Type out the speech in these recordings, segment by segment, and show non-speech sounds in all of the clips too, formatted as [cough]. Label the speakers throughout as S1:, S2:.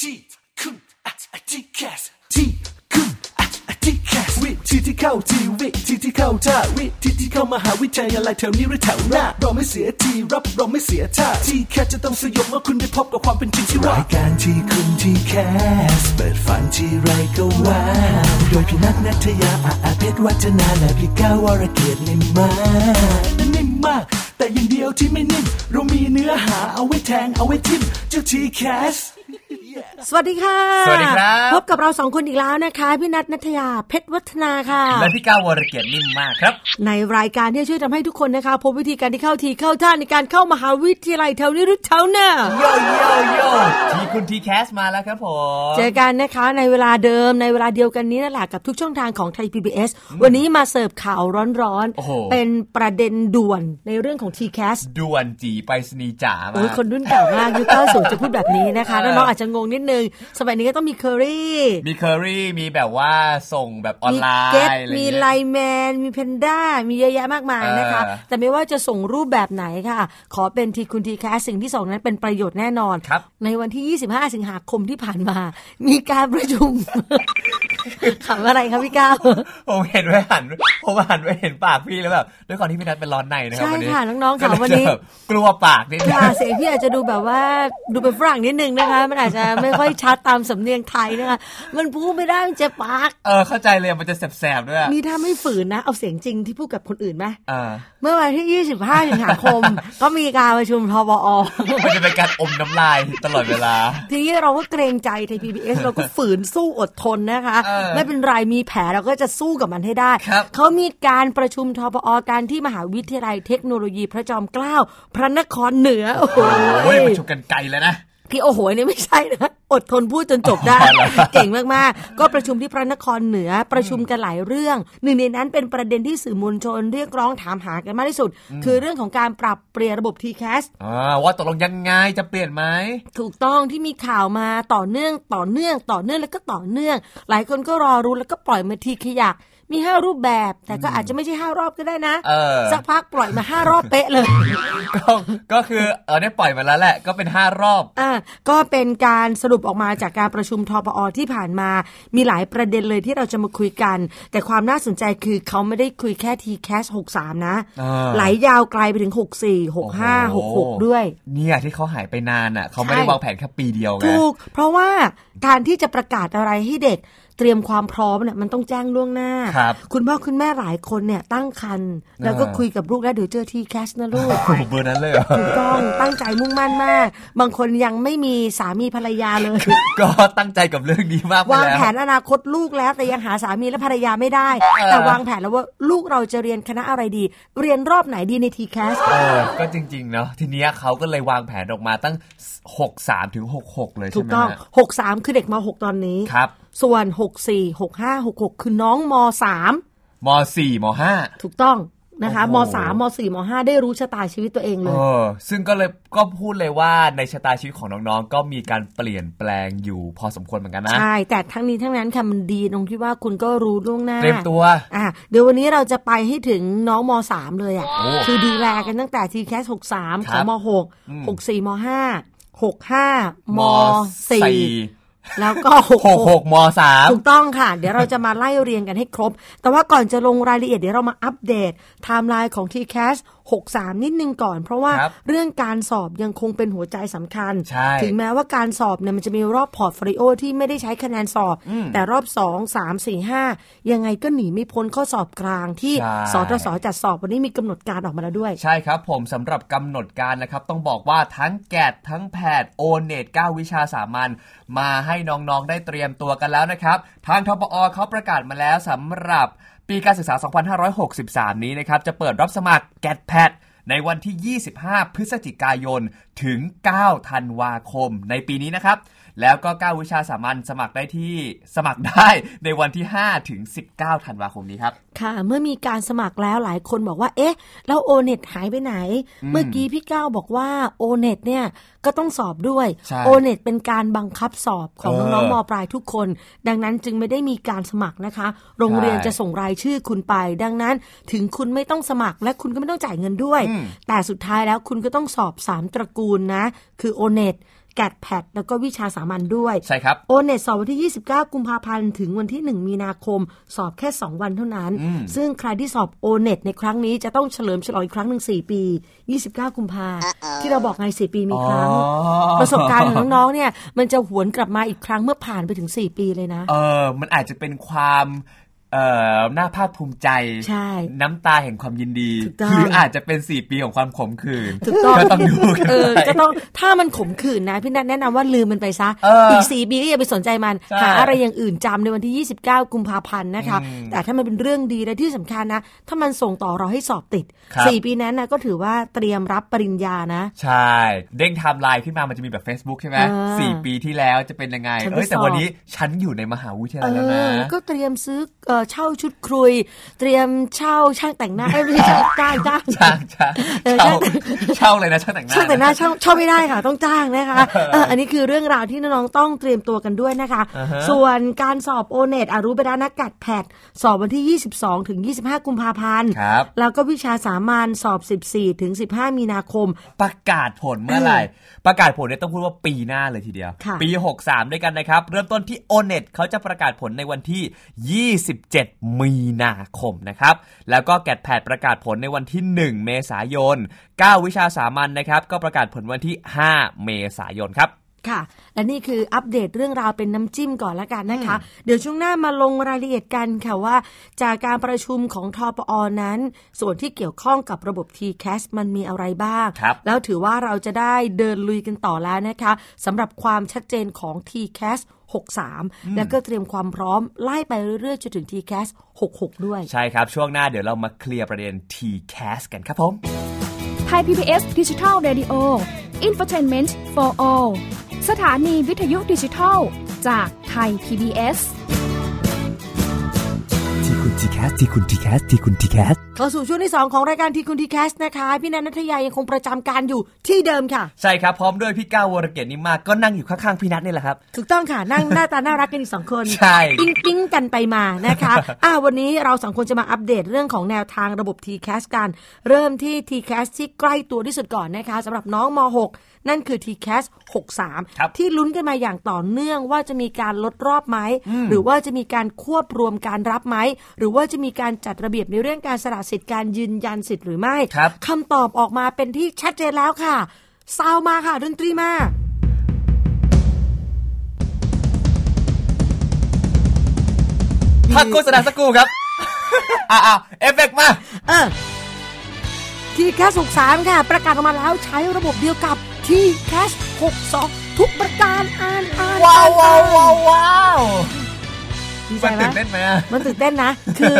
S1: ที่คุณอาทิแคสที่คุณอาทิแคสวิธีที่เข้าทีวิธีที่เข้าท่าวิธีที่เข้ามหาวิทยาลัยแถวนี้หรือแถวหน้าเราไม่เสียทีรับเราไม่เสียท่าที่แคสจะต้องสยบเมื่อคุณได้พบกับความเป็นจริงที่ว่ารายการที่คุณที่แคสเปิดฝันที่ไรก็ว่าโดยพี่นักนัทยาอาอาเพชรวัฒนาและพี่ก้าววรเกียรตินิ่มมากนิ่มมาก แต่อย่างเดียวที่ไม่นิ่มเรามีเนื้อหาเอาไว้แทงเอาไว้ทิมเจ้าทีแคส
S2: สวัสดีค่ะ
S3: สวัสดีครับ
S2: พบกับเราสองคนอีกแล้วนะคะ พี่นัทนัทยาเพชรวัฒนาค่ะ
S3: และพี่ก้าววรเกียรตินิ่มมากครับ
S2: ในรายการที่จะช่วยทำให้ทุกคนนะคะ พบวิธีการที่เข้าทีเข้าท่าในการเข้ามหาวิทยาลัยแถวนี้หรือแถวหน้า
S3: โยโยโยทีคุณทีแคสมาแล้วครับผม
S2: เจอกันนะคะในเวลาเดิมในเวลาเดียวกันนี้นั่นแหละกับทุกช่องทางของไทย PBS วันนี้มาเสิร์ฟข่าวร้อน
S3: โอ้โห
S2: ๆ เป็นประเด็นด่วนในเรื่องของ t c a s
S3: ด่วนจีไปสนีย์จ๋ามา
S2: โอ้ยคนรุ่นเก่ามากยุค90จะพูดแบบนี้นะคะ
S3: เอ
S2: น้อ
S3: อ
S2: งๆอาจจะงงนิดนึง สมัยนี้ก็ต้องมีเคอรี่
S3: มีเคอรี่มีแบบว่าส่งแบบออน
S2: มี
S3: ไลน์
S2: เก็ต
S3: อะไร
S2: มี
S3: เงี้ย
S2: ไลน์แมน มีเพนด้า มีเยอะแยะมากมายนะคะ
S3: เออ
S2: แต่ไม่ว่าจะส่งรูปแบบไหนค่ะ ขอเป็นทีคุณทีแคสสิ่งที่สองนั้นเป็นประโยชน์แน่นอน
S3: ครับ
S2: ในวันที่ 25 สิงหาคมที่ผ่านมา มีการประชุม [laughs] ขำอะไรครับพี่ก้าว
S3: ผมเห็นไว้หันผมหันไว้เห็นปากพี่แล้วแบบด้วยความที่พี่นัทเป็นร้อนในนะครับ
S2: ใช่
S3: วันนี้
S2: ค่ะน้องๆค่ะ
S3: ก็เลย
S2: วันนี้
S3: แบบกลัวปากนิดนึง
S2: ค่ะเสียงพี่อาจจะดูแบบว่าดูเป็นฝรั่งนิดนึงนะคะ มันอาจจะไม่ค่อยชัดตามสำเนียงไทยนะคะ มันพูดไม่ได้มันเจะปาก
S3: เออเข้าใจเลยมันจะแสบๆด้วย
S2: นี่ถ้าไม่ฝืนนะ เอาเสียงจริงที่พูดกับคนอื่นไหม
S3: เออ
S2: เมื่อวันที่ 25 สิงหาคม [laughs] ก็มีการประชุมทบอ
S3: มันจะเป็นการอมน้ำลายตลอดเวลา
S2: ทีนี้เราก็เกรงใจไทย PBS เราก็ฝืนสู้อดทนนะคะ
S3: เออ
S2: ไม่เป็นไรมีแผลเราก็จะสู้กับมันให้ได้
S3: ครับ
S2: เขามีการประชุมทบอการที่มหาวิทยาลัยเทคโนโลยีพระจอมเกล้าพระนครเหนือ โอ้โห
S3: โอ้ยประชุมกันไกลแล้วนะ
S2: ที่โอ้โหเนี่ยไม่ใช่นะ อดทนพูดจนจบได้
S3: อ๋อเหรอ
S2: เก่งมาก ๆ ก็ประชุมที่พระนครเหนือประชุมกันหลายเรื่อง หนึ่งในนั้นเป็นประเด็นที่สื่อมวลชนเรียกร้องถามหากันมากที่สุด คือเรื่องของการปรับเปลี่ยนระบบ TCAS
S3: อ่าว่าตกลงยังไงจะเปลี่ยนไหม
S2: ถูกต้องที่มีข่าวมาต่อเนื่องต่อเนื่องต่อเนื่องแล้วก็ต่อเนื่อง หลายคนก็รอรู้แล้วก็ปล่อยมาทีขยะมีห้ารูปแบบ แต่ก็อาจจะไม่ใช่ห้ารอบก็ได้นะ
S3: เออ
S2: สักพักปล่อยมาห้ารอบเป๊ะเลย [laughs]
S3: ก็ก็คือเออได้ปล่อยมาแล้วแหละก็เป็นห้ารอบ
S2: อ่าก็เป็นการสรุปออกมาจากการประชุมทปอที่ผ่านมา มีหลายประเด็นเลยที่เราจะมาคุยกัน แต่ความน่าสนใจคือเขาไม่ได้คุยแค่ทีแคส63 นะ
S3: อ่า
S2: ไหลยาวไกลไปถึง 64 65
S3: โอ้โ
S2: 66 ด้วย
S3: เนี่ยที่เขาหายไปนานอ่ะเขาไม่ได้
S2: ใช่
S3: วางแผนแค่ปีเดียวไง
S2: ถูก เพราะว่าการที่จะประกาศอะไรให้เด็ก เตรียมความพร้อมเนี่ยมันต้องแจ้งล่วงหน้า
S3: ครับ
S2: ณพ่อคุณแม่หลายคนเนี่ยตั้งครรภ์แล้วก็
S3: อ่า
S2: คุยกับลูกแล้วเดี๋ยวเจอทีแคสนะลูก
S3: โอ้โหเบอร์นั้นเลยเหรอ [laughs]
S2: ถูกต้องตั้งใจมุ่งมั่นมาก บางคนยังไม่มีสามีภรรยา
S3: [laughs]
S2: เลย
S3: ก็ตั้งใจกับเรื่องนี้มากไป
S2: วาง
S3: แล้ว
S2: แผนอนาคตลูกแล้วแต่ยังหาสามีและภรรยาไม่ได้
S3: เออ
S2: แต่วางแผนแล้วว่าลูกเราจะเรียนคณะอะไรดี เรียนรอบไหนดีในทีแคส
S3: เออก็จริงๆเนาะทีเนี้ยเขาก็เลยวางแผนออกมาตั้ง 6 3ถึง66 เลย
S2: ถู
S3: ใช่
S2: ก
S3: ไหม
S2: ต้อง
S3: ฮะ
S2: 63 คือเด็กม .6 ตอนนี้
S3: ครับ
S2: ส่วน 64 65 66 คือน้องม .3
S3: ม .4 ม .5
S2: ถูกต้องนะคะม
S3: โอ้โห
S2: สามมสี่มห้าได้รู้ชะตาชีวิตตัวเองเล
S3: เอย อซึ่งก็เลยก็พูดเลยว่าในชะตาชีวิตของน้องๆ ก็มีการเปลี่ยนแปลงอยู่พอสมควรเหมือนกันนะ
S2: ใช่ แต่ทั้งนี้ทั้งนั้นค่ะมันดีตรงที่ว่าคุณก็รู้ล่วงหน้า
S3: เตรียมตัว
S2: อ่ะเดี๋ยววันนี้เราจะไปให้ถึงน้องมสามเลยอ่ะ
S3: โอ้
S2: คือดูแลกันตั้งแต่ทีแคสหกสาม
S3: ค
S2: ข
S3: รั
S2: อง
S3: บ
S2: มหก
S3: อืม
S2: หกสี่มห้าหกห้ามสี่แล้วก็หก
S3: หกหกมสาม
S2: ถูกต้องค่ะ เดี๋ยวเราจะมาไล่เรียงกันให้ครบ แต่ว่าก่อนจะลงรายละเอียดเดี๋ยวเรามาอัปเดตไทม์ไลน์ของ t c a s 63 นิดนึงก่อน เพราะว่า
S3: ครับ
S2: เรื่องการสอบยังคงเป็นหัวใจสำคัญ
S3: ใช่
S2: ถึงแม้ว่าการสอบเนี่ยมันจะมีรอบพอร์ตโฟลิโอที่ไม่ได้ใช้คะแนนสอบ
S3: อืม
S2: แต่รอบ 2 3 4 5 ยังไงก็หนีไม่พ้นข้อสอบกลางที่
S3: ใช่
S2: สทศจัดสอบวันนี้มีกำหนดการออกมาแล้วด้วย
S3: ใช่ครับผมสำหรับกำหนดการนะครับ ต้องบอกว่าทั้งแกดทั้งแพดโอเนต9วิชาสามัญมาให้น้องๆได้เตรียมตัวกันแล้วนะครับ ทางทปอเขาประกาศมาแล้วสำหรับปีการศึกษา 2563 นี้นะครับ จะเปิดรับสมัครแกดแพดในวันที่ 25 พฤศจิกายน ถึง 9 ธันวาคมในปีนี้นะครับ แล้วก็ 9 วิชาสามัญสมัครได้ที่สมัครได้ในวันที่ 5 ถึง 19 ธันวาคมนี้ครับ
S2: ค่ะ เมื่อมีการสมัครแล้วหลายคนบอกว่า เอ๊ะ แล้วโอเน็ตหายไปไหน เมื่อกี้พี่ก้าวบอกว่าโอเน็ตเนี่ยก็ต้องสอบด้วย
S3: ใช่
S2: โอเน็ตเป็นการบังคับสอบของ
S3: เออ
S2: น้องๆมปลายทุกคน ดังนั้นจึงไม่ได้มีการสมัครนะคะ โรงเรียน
S3: ใช่
S2: จะส่งรายชื่อคุณไป ดังนั้นถึงคุณไม่ต้องสมัครและคุณก็ไม่ต้องจ่ายเงินด้วย
S3: อืม
S2: แต่สุดท้ายแล้วคุณก็ต้องสอบสามตระกูลนะ คือโอเน็ต แกดแพดแล้วก็วิชาสามัญด้วย
S3: ใช่ครับ
S2: โอเน็ตสอบวันที่ 29 กุมภาพันธ์ ถึงวันที่ 1 มีนาคม สอบแค่ 2 วันเท่านั้น
S3: อืม
S2: ซึ่งใครที่สอบโอเน็ตในครั้งนี้จะต้องเฉลิมฉลองอีกครั้งหนึ่ง4 ปี 29 กุมภาที่เราบอกไง 4 ปีมีครั้ง
S3: อ๋อ
S2: ประสบการณ์ของน้องๆ เนี่ย มันจะหวนกลับมาอีกครั้งเมื่อผ่านไปถึง 4 ปีเลยนะ
S3: เออมันอาจจะเป็นความเอ่อน่าภาคภูมิใจ
S2: ใช่
S3: น้ำตาแห่งความยินดี
S2: ถูกต้อง
S3: หรืออาจจะเป็น 4 ปีของความขมขื่น
S2: ถูกต้อง
S3: ต้องดูกัน
S2: เออ
S3: ไป
S2: ก็ต้องถ้ามันขมขื่นนะ พี่นัทแนะนำว่าลืมมันไปซะ
S3: เอออี
S2: กสี่ปีก็อย่าไปสนใจมัน
S3: ใช่
S2: หาอะไรอย่างอื่นจำในวันที่ 29 กุมภาพันธ์นะคะ
S3: อืม
S2: แต่ถ้ามันเป็นเรื่องดีและที่สำคัญนะ ถ้ามันส่งต่อเราให้สอบติด
S3: ครับ
S2: 4 ปีนั้นนะก็ถือว่าเตรียมรับปริญญานะ
S3: ใช่ เด้งไทม์ไลน์ขึ้นมามันจะมีแบบ Facebook ใช่ไหม
S2: เออ
S3: สี่ปีที่แล้วจะเป็นยังไง
S2: ฉันไป
S3: เอ้ยแต่
S2: สอบ
S3: วันนี้ฉันอยู่ในมหาวิทยา
S2: เอ
S3: ลัยแล้วนะ
S2: อ ก็เตรียมซื้อเอ่อเช่าชุดครุย เตรียมเช่าช่างแต่งหน้าเอ้ยไม่ใช่ [laughs] ช่างจ้างจ้าง
S3: ช่างช่าง
S2: เออ
S3: เช่า
S2: ช่างแต่ง
S3: เช่าเลยนะช่างแต่งหน้า
S2: ช่างแต่งหน้า
S3: นะ
S2: ช่างชอบไม่ได้ค่ะ ต้องจ้างนะคะเอออันนี้คือเรื่องราวที่น้องๆต้องเตรียมตัวกันด้วยนะคะ
S3: อ่าฮะ
S2: ส่วนการสอบโอเน็ตรู้ไปแล้วนะกัดแพดสอบวันที่ 22 ถึง 25 กุมภาพันธ์
S3: ครับ
S2: แล้วก็วิชาสามัญสอบ 14 ถึง 15 มีนาคม
S3: ประกาศผลเมื่อไหร่ ประกาศผลเนี่ยต้องพูดว่าปีหน้าเลยทีเดียว
S2: ค่ะ
S3: ปี 63 ด้วยกันนะครับ เริ่มต้นที่ o n e t เขาจะประกาศผลในวันที่ 27 มีนาคมนะครับ แล้วก็แกดแพดประกาศผลในวันที่ 1 เมษายน 9 วิชาสามัญนะครับ ก็ประกาศผลวันที่ 5 เมษายนครับ
S2: ค่ะ และนี่คืออัปเดตเรื่องราวเป็นน้ำจิ้มก่อนละกันนะคะ เดี๋ยวช่วงหน้ามาลงรายละเอียดกันค่ะว่า จากการประชุมของทอปอนั้น ส่วนที่เกี่ยวข้องกับระบบ t c a s สมันมีอะไรบ้าง
S3: ครับ
S2: แล้วถือว่าเราจะได้เดินลุยกันต่อแล้วนะคะสำหรับความชัดเจนของ t c a s 63 แล้วก็เตรียมความพร้อมไล่ไปเรื่อยๆจนถึง t c a s 66 ด้วย
S3: ใช่ครับ ช่วงหน้าเดี๋ยวเรามาเคลียร์ประเด็น T-Cast กันครับผม
S4: ไทย PBS Digital Radio Infotainment for All สถานีวิทยุดิจิทัล จากไทย PBS
S1: ที่คุณทีแคสที่คุณทีแคสที่คุณทีแคส
S2: เข้าสู่ช่วงที่ 2 ของรายการทีคุณทีแคสนะคะ พี่นันนัทยายังคงประจำการอยู่ที่เดิมค่ะ
S3: ใช่ครับ พร้อมด้วยพี่ก้าววรเกียรตินิมมากก็นั่งอยู่ข้างๆพี่นัทนี่แหละครับ
S2: ถูกต้องค่ะ นั่ง [laughs] หน้าตาน่ารักกันอีกสองคน
S3: ใช่
S2: ปิ้งปิ้งกันไปมานะคะ
S3: [laughs]
S2: อ่าวันนี้เราสองคนจะมาอัปเดตเรื่องของแนวทางระบบ t c a s สกัน เริ่มที่ t c a s สที่ใกล้ตัวที่สุดก่อนนะคะสำหรับน้องม .6 นั่นคือ t c a s ส
S3: ครับ
S2: 63 ที่ลุ้นกันมาอย่างต่อเนื่องว่าจะมีการลดรอบไหม หรือว่าจะมีการควบรวมการรับไหม หรือว่าจะมีการจัดระเบียบในเรื่องการสละสิทธิ์การยืนยันสิทธิ์หรือไม่
S3: ครับ
S2: คำตอบออกมาเป็นที่ชัดเจนแล้วค่ะซาวมาค่ะดนตรีมา
S3: พักโฆษณาสักครู่ครับ [laughs] อ่าเอฟเฟกต์มา
S2: เออทีแคส63 ค่ะ ประกาศออกมาแล้วใช้ระบบเดียวกับทีแคส62 ทุกประการอ่านอ่าน
S3: ว้าว
S2: อ่
S3: ว้าวน
S2: อ่
S3: ว้าวน ว้าว
S2: ดีใจ
S3: มัน
S2: ไหม
S3: ตื่นเต้นไหมอะ
S2: มันตื่นเต้นนะ คือ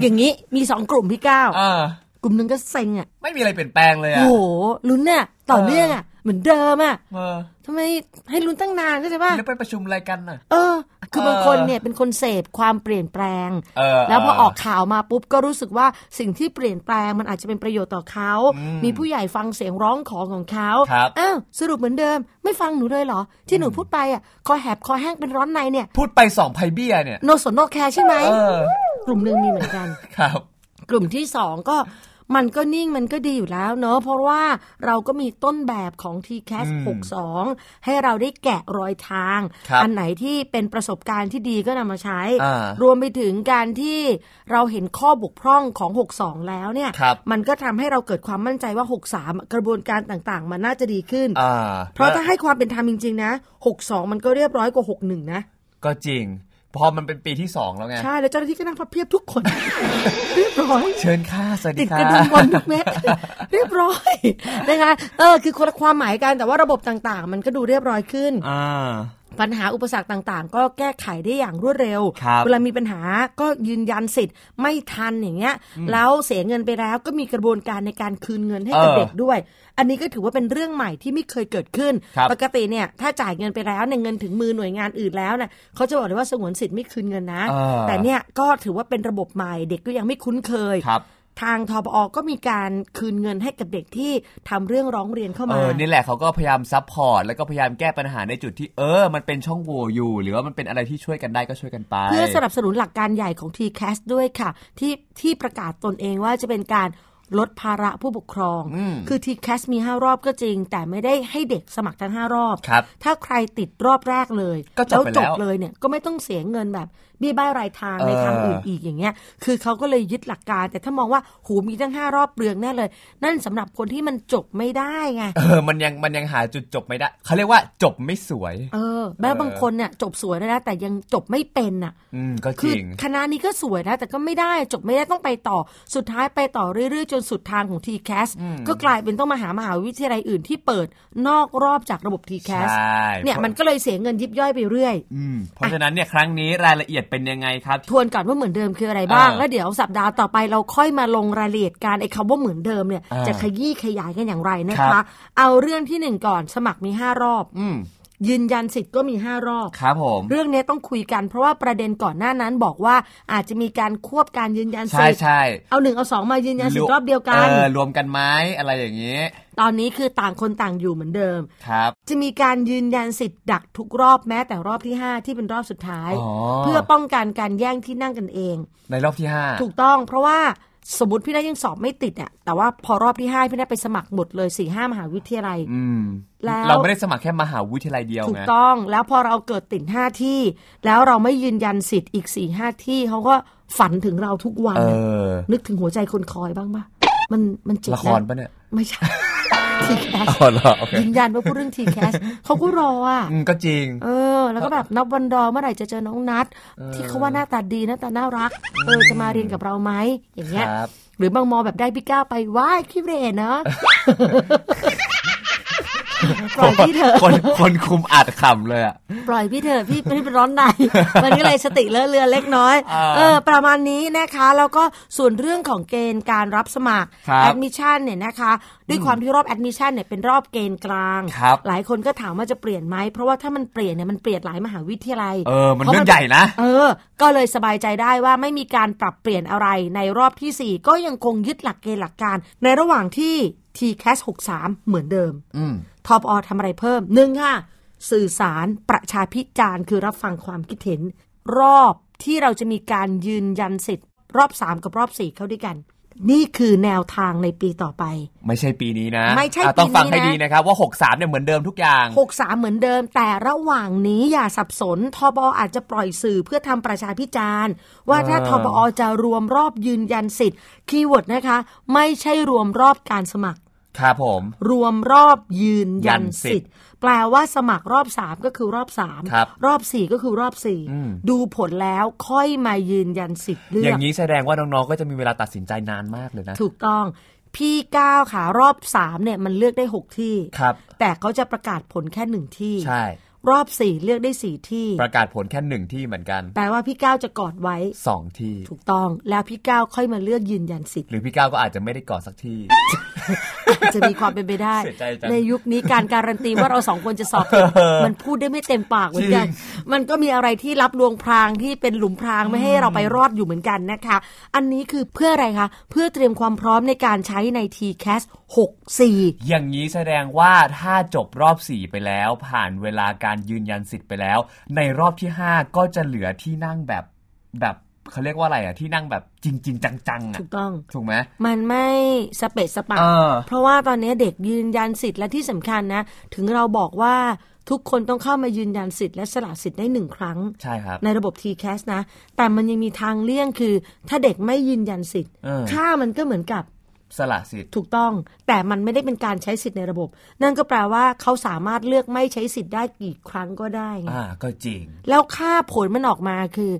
S2: อย่างนี้มี 2 กลุ่มพี่ก้าว
S3: เออก
S2: ลุ่มหนึ่งก็เซ็งอ่ะ
S3: ไม่มีอะไรเปลี่ยนแปลงเลย
S2: โอ้
S3: อ่ะ
S2: โหลุ้นเนี่ยต่อเนื่องอ่ะ เหมือนเดิมอ่ะ
S3: เออ
S2: ทำไมให้ลุ้นตั้งนานก็ใช่ปะ
S3: แล้วไปประชุมอะไรกันน่ะ
S2: เออ คือบางคนเนี่ยเป็นคนเสพความเปลี่ยนแปลง
S3: เออ
S2: แล้วพอ
S3: เออ
S2: ออกข่าวมาปุ๊บก็รู้สึกว่าสิ่งที่เปลี่ยนแปลงมันอาจจะเป็นประโยชน์ต่อเขา มีผู้ใหญ่ฟังเสียงร้องขอของเขา
S3: ครับ
S2: อ้าวสรุปเหมือนเดิม ไม่ฟังหนูเลยเหรอ ที่หนูพูดไปอ่ะ คอแหบคอแห้งเป็นร้อนในเนี่ย
S3: พูดไปสองไพเบี้ยเนี่ย
S2: โนสนโนแคร์ใช่ไหม
S3: เออ
S2: กลุ่มหนึ่งมีเหมือนกัน
S3: ครับ
S2: กลุ่มที่สองก็มันก็นิ่งมันก็ดีอยู่แล้วเนอะเพราะว่าเราก็มีต้นแบบของ t c a s
S3: อืม
S2: 62 ให้เราได้แกะรอยทาง
S3: ครับ
S2: อันไหนที่เป็นประสบการณ์ที่ดีก็นำมาใช้
S3: อ่าร
S2: วมไปถึงการที่เราเห็นข้อบกพร่องของ 62 แล้วเนี่ย
S3: ครับ
S2: มันก็ทำให้เราเกิดความมั่นใจว่า 63 กระบวนการต่างๆ มันน่าจะดีขึ้น
S3: อ่า
S2: เพราะถ้าให้ความเป็นธรรมจริง ๆ นะ 62 มันก็เรียบร้อยกว่า 61 นะ
S3: ก็จริง พอมันเป็นปีที่สองแล้วไง
S2: ใช่แล้วเจ้าหน้าที่ก็นั่งพับเพียบทุกคน [laughs] เรียบร้อย
S3: เชิญค่ะสวัส
S2: ติ
S3: ดี
S2: ด
S3: ค่ะ
S2: กระดุมบอลทุกเม็ด [laughs] เรียบร้อยนะคะเออคือคนละความหมายกันแต่ว่าระบบต่างๆ มันก็ดูเรียบร้อยขึ้น
S3: อ่า
S2: ปัญหาอุปสรรคต่างๆ ก็แก้ไขได้อย่างรวดเร็ว
S3: ครับ
S2: เวลามีปัญหาก็ยืนยันสิทธิ์ไม่ทันอย่างเงี้ย แล้วเสียเงินไปแล้วก็มีกระบวนการในการคืนเงินให้กับ
S3: เออ
S2: เด็กด้วย อันนี้ก็ถือว่าเป็นเรื่องใหม่ที่ไม่เคยเกิดขึ้น
S3: ครับ
S2: ปกติเนี่ยถ้าจ่ายเงินไปแล้วในยเงินถึงมือหน่วยงานอื่นแล้วน่ะเขาจะบอกเลยว่าสงวนสิทธิ์ไม่คืนเงินนะ
S3: เออ
S2: แต่เนี่ยก็ถือว่าเป็นระบบใหม่เด็กก็ยังไม่คุ้นเคย
S3: ครับ
S2: ทางทบอก็มีการคืนเงินให้กับเด็กที่ทำเรื่องร้องเรียนเข้า
S3: เอ
S2: มา
S3: อ นี่แหละเขาก็พยายามซัพพอร์ต แล้วก็พยายามแก้ปัญหาในจุดที่เออ มันเป็นช่องโหว่อยู่ หรือว่ามันเป็นอะไรที่ช่วยกันได้ก็ช่วยกันไป
S2: เพื่อสนับสนุนหลักการใหญ่ของ t c a s ด้วยค่ะ ที่ที่ประกาศตนเองว่าจะเป็นการ ลดภาระผู้ปกครอง
S3: อืม
S2: คือทีแคสมี 5 รอบก็จริง แต่ไม่ได้ให้เด็กสมัครทั้ง 5 รอบ
S3: ครับ
S2: ถ้าใครติดรอบแรกเลย
S3: ก็จบไปแล้ว
S2: จบเลยเนี่ยก็ไม่ต้องเสียเงินแบบบี้บ้ายรายทาง
S3: เออ
S2: ในทางอื่นอีกอย่างเงี้ย คือเขาก็เลยยึดหลักการ แต่ถ้ามองว่าหูมีทั้ง 5 รอบเปลืองแน่เลย นั่นสำหรับคนที่มันจบไม่ได้ไง
S3: เออมันยังมันยังหาจุดจบไม่ได้เขาเรียกว่าจบไม่สวย
S2: เออแม้
S3: เออ
S2: บางคนเนี่ยจบสวยแล้วนะแต่ยังจบไม่เป็นอ่ะ
S3: อืมก็จ
S2: คือ
S3: ริง
S2: คณะนี้ก็สวยนะ แต่ก็ไม่ได้จบไม่ได้ต้องไปต่อสุดท้ายไปต่อเรื่อย ๆ จนสุดทางของ t c a s สก็กลายเป็นต้องมาหามหาวิทยาลัยอื่นที่เปิดนอกรอบจากระบบ t c a s ส
S3: ใช่
S2: เนี่ยมันก็เลยเสียเงินยิบย่อยไปเรื่อย
S3: อืมเพราะฉะนั้นเนี่ยครั้งนี้รายละเอียดเป็นยังไงครับ
S2: ทวนก่อนว่าเหมือนเดิมคืออะไรบ้าง
S3: อ่า
S2: แล้วเดี๋ยวสัปดาห์ต่อไปเราค่อยมาลงรายละเอียดการไอ้คำว่าเหมือนเดิมเนี่ย
S3: อ่า
S2: จะขยี้ขยายกันอย่างไรนะ
S3: ครั
S2: คะ
S3: บ
S2: เอาเรื่องที่หนึ่งก่อนสมัครมีห้ารอบ
S3: อืม
S2: ยืนยันสิทธิ์ก็มีห้ารอบ
S3: ครับผม
S2: เรื่องนี้ต้องคุยกันเพราะว่าประเด็นก่อนหน้านั้นบอกว่าอาจจะมีการควบการยืนยัน
S3: ใช่
S2: สิทธิ์
S3: ใช่
S2: เอาหนึ่งเอาสองมายืนยันสิทธิ์รอบเดียวกัน
S3: เออรวมกันไหมอะไรอย่างนี้
S2: ตอนนี้คือต่างคนต่างอยู่เหมือนเดิม
S3: ครับ
S2: จะมีการยืนยันสิทธิ์ดักทุกรอบแม้แต่รอบที่ 5 ที่เป็นรอบสุดท้าย
S3: อ๋อ
S2: เพื่อป้องกันการแย่งที่นั่งกันเอง
S3: ในรอบที่ห้า
S2: ถูกต้องเพราะว่าสมมติพี่นัทยังสอบไม่ติดอ่ะแต่ว่าพอรอบที่ 5 พี่นัทไปสมัครหมดเลย4ี่ห้ามหาวิทยาลัย
S3: อืม
S2: แล้ว
S3: เราไม่ได้สมัครแค่มหาวิทยาลัยเดียว
S2: ถูก
S3: ไง
S2: ต้องแล้วพอเราเกิดติดห้าที่ แล้วเราไม่ยืนยันสิทธิ์อีกสี่ห้าที่เขาก็ฝันถึงเราทุกวัน
S3: เอ
S2: น่ะ
S3: อ
S2: นึกถึงหัวใจคนคอยบ้างปะมันมันเจ็บ
S3: ละครปะเนี่ย
S2: ไม่ใช่ [laughs] ทีแคส
S3: [laughs] อ๋อเหรอโอเค
S2: ยืนยันว่าพูดเรื่องทีแคสเขาก็รออ่ะ
S3: อืมก็จริง
S2: เออ แล้วก็แบบนับวันรอเมื่อไหร่จะเจอน้องนัด ที่เขาว่าหน้าตาดีหน้าตาน่ารักเออจะมาเรียนกับเราไหมอย่างเงี้ย
S3: ครับ
S2: หรือบางมอแบบได้พี่ก้าวไปว้ายคิดเหรน
S3: [laughs]
S2: เนาะ ปล่อยพี่เถอะ
S3: คนคนคุมอัดขำเลยอ่ะ
S2: ปล่อยพี่เถอะพี่พี่เป็นร้อน [laughs] ใน มันก็เลยสติเลอะเลือนเล็กน้อย
S3: อ่า
S2: เออประมาณนี้นะคะแล้วก็ส่วนเรื่องของเกณฑ์การรับสมัคร
S3: ครับ
S2: แอดมิชชั่นเนี่ยนะคะด้วยความที่รอบแอดมิชชั่นเนี่ยเป็นรอบเกณฑ์กลาง
S3: ครับ
S2: หลายคนก็ถามว่าจะเปลี่ยนไหมเพราะว่าถ้ามันเปลี่ยนเนี่ยมันเปลี่ยนหลายมหาวิทยาลัย
S3: เออ มัน
S2: พา
S3: เรื่องใหญ่นะ
S2: เออ ก็เลยสบายใจได้ว่าไม่มีการปรับเปลี่ยนอะไรในรอบทีสี่ 4 ก็ยังคงยึดหลักเกณฑ์หลักการ ในระหว่างที่ TCAS 63 เหมือนเดิม
S3: อืม
S2: ทปอทำอะไรเพิ่มหนึ่งค่ะ สื่อสารประชาพิจารณ์คือรับฟังความคิดเห็น รอบที่เราจะมีการยืนยันสิทธิ์รอบ 3 กับรอบ 4 เข้าด้วยกัน นี่คือแนวทางในปีต่อไป
S3: ไม่ใช่ปีนี้นะ
S2: ไม่ใช่
S3: อ่ะต้อง
S2: ปีนี้
S3: ฟังให้
S2: นะ
S3: ดีนะครับ ว่า 63เนี่ยเหมือนเดิมทุกอย่าง
S2: 63 เหมือนเดิม แต่ระหว่างนี้อย่าสับสนทบออาจจะปล่อยสื่อเพื่อทำประชาพิจารณ์ ว่าถ้า
S3: อ่า
S2: ทบอจะรวมรอบยืนยันสิทธิ์คีย์เวิร์ดนะคะ ไม่ใช่รวมรอบการสมัคร
S3: ครับผม
S2: รวมรอบยืนยัน
S3: ยันสิ
S2: สิ
S3: ท
S2: ท
S3: ธิ์
S2: ธิ์ แปลว่าสมัครรอบ 3 ก็คือรอบ 3
S3: ครับ
S2: รอบ 4 ก็คือรอบ
S3: อืม
S2: 4 ดูผลแล้วค่อยมายืนยันสิทธิ์เลื
S3: อ
S2: อก
S3: ย่างนี้แสดงว่าน้องๆ ก็จะมีเวลาตัดสินใจนานมากเลยนะ
S2: ถูกต้อง พี่ก้าวค่ะรอบ 3 เนี่ยมันเลือกได้ 6 ที่
S3: ครับ
S2: แต่เขาจะประกาศผลแค่ 1 ที่
S3: ใช่
S2: รอบ 4 เลือกได้ 4 ที่
S3: ประกาศผลแค่หนึ่งที่เหมือนกัน
S2: แปลว่าพี่ก้าวจะกอดไว้
S3: สองที่
S2: ถูกต้อง แล้วพี่ก้าวค่อยมาเลือกยืนยันสิทธิ์ [laughs]
S3: หรือพี่ก้าวก็อาจจะไม่ได้ก่อสักที่
S2: จะมีความเป็นไปได้
S3: เสียใจจัง
S2: ในยุคนี้การการันตีว่าเราสองคนจะสอบติด [laughs] มันพูดได้ไม่เต็มปากเหมือนกัน
S3: [laughs] จริ
S2: มันก็มีอะไรที่รับลวงพรางที่เป็นหลุมพรางไม่ให้เราไปรอดอยู่เหมือนกันนะคะ อันนี้คือเพื่ออะไรคะ เพื่อเตรียมความพร้อมในการใช้ใน t c a s 64
S3: อย่างนี้แสดงว่าถ้าจบรอบ 4 ไปแล้ว ผ่านเวลาการยืนยันสิทธิ์ไปแล้ว ในรอบที่ 5 ก็จะเหลือที่นั่งแบบแบบเขาเรียกว่าอะไรอ่ะที่นั่งแบบจริงจริงๆจังๆอ่ะ
S2: ถูกต้อง
S3: ถูกไหม
S2: มันไม่สเปะสปะ
S3: เออ
S2: เพราะว่าตอนนี้เด็กยืนยันสิทธิ์และที่สำคัญนะ ถึงเราบอกว่าทุกคนต้องเข้ามายืนยันสิทธิ์และสละสิทธิ์ได้หนึ่งครั้ง
S3: ใช่ครับ
S2: ในระบบ t c a s นะ แต่มันยังมีทางเลี่ยงคือ ถ้าเด็กไม่ยืนยันสิทธิ์
S3: เออ
S2: ค่ามันก็เหมือนกับ
S3: สละสิทธิ์
S2: ถูกต้อง แต่มันไม่ได้เป็นการใช้สิทธิ์ในระบบ นั่นก็แปลว่าเขาสามารถเลือกไม่ใช้สิทธิ์ได้กี่ครั้งก็ได้ไง
S3: อ่าก็จริง
S2: แล้วค่าผลมันออกมาคือ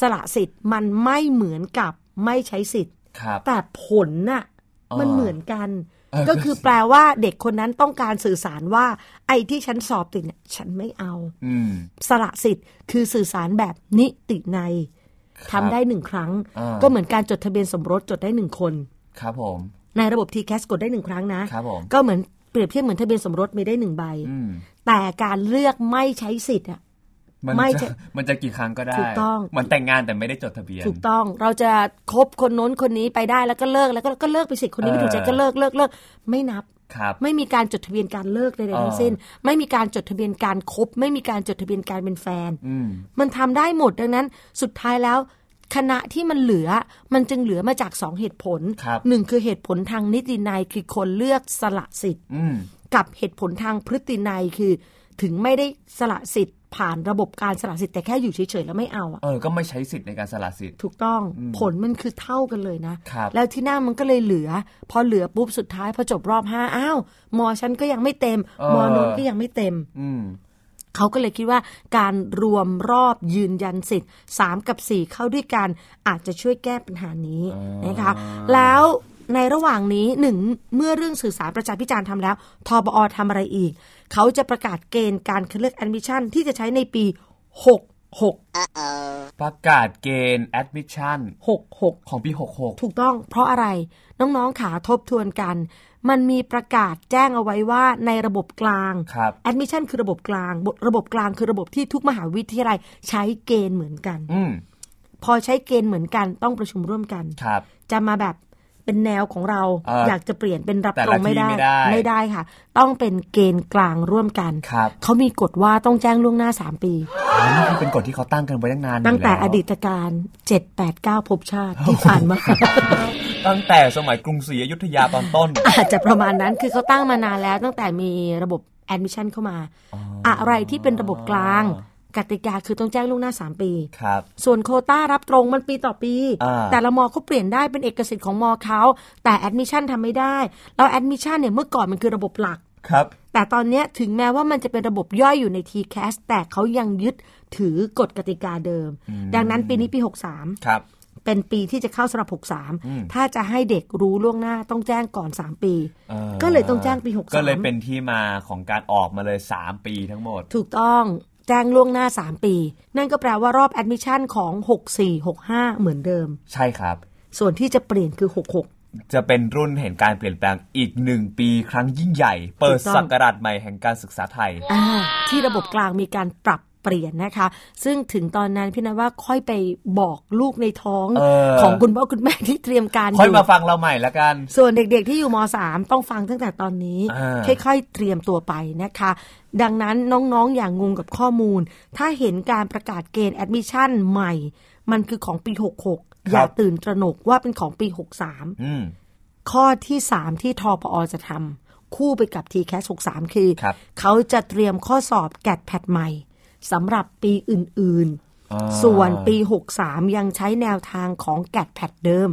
S2: สละสิทธิ์มันไม่เหมือนกับไม่ใช้สิทธิ์
S3: ครับ
S2: แต่ผลน่ะ
S3: อ๋อ
S2: มันเหมือนกัน
S3: เออ
S2: ก็คือแปลว่าเด็กคนนั้นต้องการสื่อสารว่า ไอ้ที่ฉันสอบติดเนี่ยฉันไม่เอา
S3: อืม
S2: สละสิทธิ์คือสื่อสารแบบนิติในย
S3: ครั
S2: ทำ
S3: บ
S2: ได้หนึ่งครั้ง
S3: อ่า
S2: ก็เหมือนการจดทะเบียนสมรสจดได้หนึ่งคน
S3: ครับผม
S2: ในระบบ t c a s กดได้หนึ่งครั้งนะ
S3: ครับผม
S2: ก็เหมือนเปรียบเทียบเหมือนทะเบียนสมรสมีได้หนึ่งใบ
S3: อืม
S2: แต่การเลือกไม่ใช้สิทธิ์อะ
S3: มัน
S2: ไม่
S3: จะ
S2: จะ
S3: [laughs] มันจะกี่ครั้งก็ได้
S2: ถูกต้อง
S3: เหมือนแต่งงานแต่ไม่ได้จดทะเบียน
S2: ถูกต้องเราจะคบคนโน้นคนนี้ไปได้แล้วก็เลิกแล้วก็ก็เลิกไปสิคนนี้ไม่ถูกใจ
S3: เออ
S2: ก็เลิกเลิกเลิกไม่นับ
S3: ครับ
S2: ไม่มีการจดทะเบียนการเลิกใดๆทั้งสิ้น ไม่มีการจดทะเบียนการคบ ไม่มีการจดทะเบียนการเป็นแฟน
S3: อืม
S2: มันทำได้หมดดังนั้นสุดท้ายแล้ว คณะที่มันเหลือมันจึงเหลือมาจากสองเหตุผล
S3: ครับ
S2: หนึ่งคือเหตุผลทางนิตินัยคือคนเลือกสละสิทธิ์
S3: อืม
S2: กับเหตุผลทางพฤตินัยคือ ถึงไม่ได้สละสิทธิ์ ผ่านระบบการสละสิทธิ์แต่แค่อยู่เฉยๆแล้วไม่เอาอะ
S3: เออ ก็ไม่ใช้สิทธิ์ในการสละสิทธิ์
S2: ถูกต้องผลมันคือเท่ากันเลยนะ
S3: ครับ
S2: แล้วที่นั่งมันก็เลยเหลือ พอเหลือปุ๊บสุดท้ายพอจบรอบห้าอ้าวมอฉันก็ยังไม่เต็มมอนนก็ยังไม่เต็ม
S3: อืม
S2: เขาก็เลยคิดว่าการรวมรอบยืนยันสิทธิ์ 3 กับ 4 เข้าด้วยกันอาจจะช่วยแก้ปัญหานี้นะคะแล้วในระหว่างนี้หนึ่งเมื่อเรื่องสื่อสารประชาพิจารณ์ทำแล้วทบอทำอะไรอีก เขาจะประกาศเกณฑ์การคัดเลือกแอดมิชชั่นที่จะใช้ในปี 66
S3: ประกาศเกณฑ์ admission
S2: 66
S3: ของปี 66
S2: ถูกต้องเพราะอะไรน้อง ๆ ขาทบทวนกัน มันมีประกาศแจ้งเอาไว้ว่าในระบบกลาง
S3: ครับ
S2: แอดมิชชั่นคือระบบกลางบระบบกลางคือระบบที่ทุกมหาวิทยาลัยใช้เกณฑ์เหมือนกัน
S3: อืม
S2: พอใช้เกณฑ์เหมือนกันต้องประชุมร่วมกัน
S3: ครับ
S2: จะมาแบบเป็นแนวของเรา
S3: เอ่ออย
S2: ากจะเปลี่ยนเป็นรับ
S3: แต่
S2: ตร
S3: ละ
S2: งไม่
S3: ที่
S2: ได้
S3: ไม่ได้
S2: ไม่ได้ค่ะ ต้องเป็นเกณฑ์กลางร่วมกัน
S3: ครับ
S2: เขามีกฎว่าต้องแจ้งล่วงหน้า 3 ปี
S3: อันนี้คือเป็นกฎที่เขาตั้งกันไว้ตั้งนาน
S2: ตั้งแต่
S3: ยู่ล้ว
S2: อดีตการ789ภพชาติที่ผ่านมา [laughs]
S3: ตั้งแต่สมัยกรุงศรีอยุธยาตอน [laughs] ต้น
S2: อาจจะประมาณนั้นคือเขาตั้งมานานแล้วตั้งแต่มีระบบแอดมิชชั่นเข้ามา อะไรที่เป็นระบบกลาง กติกาคือต้องแจ้งล่วงหน้า 3 ปี
S3: ครับ
S2: ส่วนโควต้ารับตรงมันปีต่อปี
S3: อ่า
S2: แต่ละมอเขาเปลี่ยนได้เป็นเอกสิทธิ์ของมอเขาแต่แอดมิชชั่นทำไม่ได้ แล้วแอดมิชชั่นเนี่ยเมื่อก่อนมันคือระบบหลัก
S3: ครับ
S2: แต่ตอนเนี้ยถึงแม้ว่ามันจะเป็นระบบย่อยอยู่ใน TCAS แต่เขายังยึดถือกฎกติกาเดิม ดังนั้นปีนี้ปี 63
S3: ครับ
S2: เป็นปีที่จะเข้าสำหรับ 63 ถ้าจะให้เด็กรู้ล่วงหน้าต้องแจ้งก่อน 3 ปี
S3: เออ
S2: ก็เลยต้องแจ้งปี 63
S3: ก็เลยเป็นที่มาของการออกมาเลย 3 ปีทั้งหมด
S2: ถูกต้องแจ้งล่วงหน้า 3 ปี นั่นก็แปลว่ารอบแอดมิชชั่นของ 64 65 เหมือนเดิม
S3: ใช่ครับ
S2: ส่วนที่จะเปลี่ยนคือ 66
S3: จะเป็นรุ่นเห็นการเปลี่ยนแปลงอีกหนึ่งปีครั้งยิ่งใหญ่ เปิดศักราชใหม่แห่งการศึกษาไทย
S2: อ่าที่ระบบกลางมีการปรับเปลี่ยนนะคะ ซึ่งถึงตอนนั้นพี่นะว่าค่อยไปบอกลูกในท้อง
S3: เออ
S2: ของคุณพ่อคุณแม่ที่เตรียมการอ
S3: ค่อย
S2: ยู่
S3: มาฟังเราใหม่ละกัน
S2: ส่วนเด็กๆที่อยู่ม .3 ต้องฟังตั้งแต่ตอนนี้
S3: อ่า
S2: ค่อยๆ เตรียมตัวไปนะคะ ดังนั้นน้องๆ อย่างงงกับข้อมูล ถ้าเห็นการประกาศเกณฑ์แอดมิชชั่นใหม่ มันคือของปี 66 อย่าตื่นตระหนกว่าเป็นของปี
S3: อืม
S2: 63 ข้อที่ 3 ที่ทอปอจะทำคู่ไปกับ t c a s 63 คือ
S3: ครับ
S2: เขาจะเตรียมข้อสอบแกดแพดใหม่สำหรับปีอื่น
S3: อ่า
S2: ๆ ส่วนปี 63 ยังใช้แนวทางของแกดแพดเดิม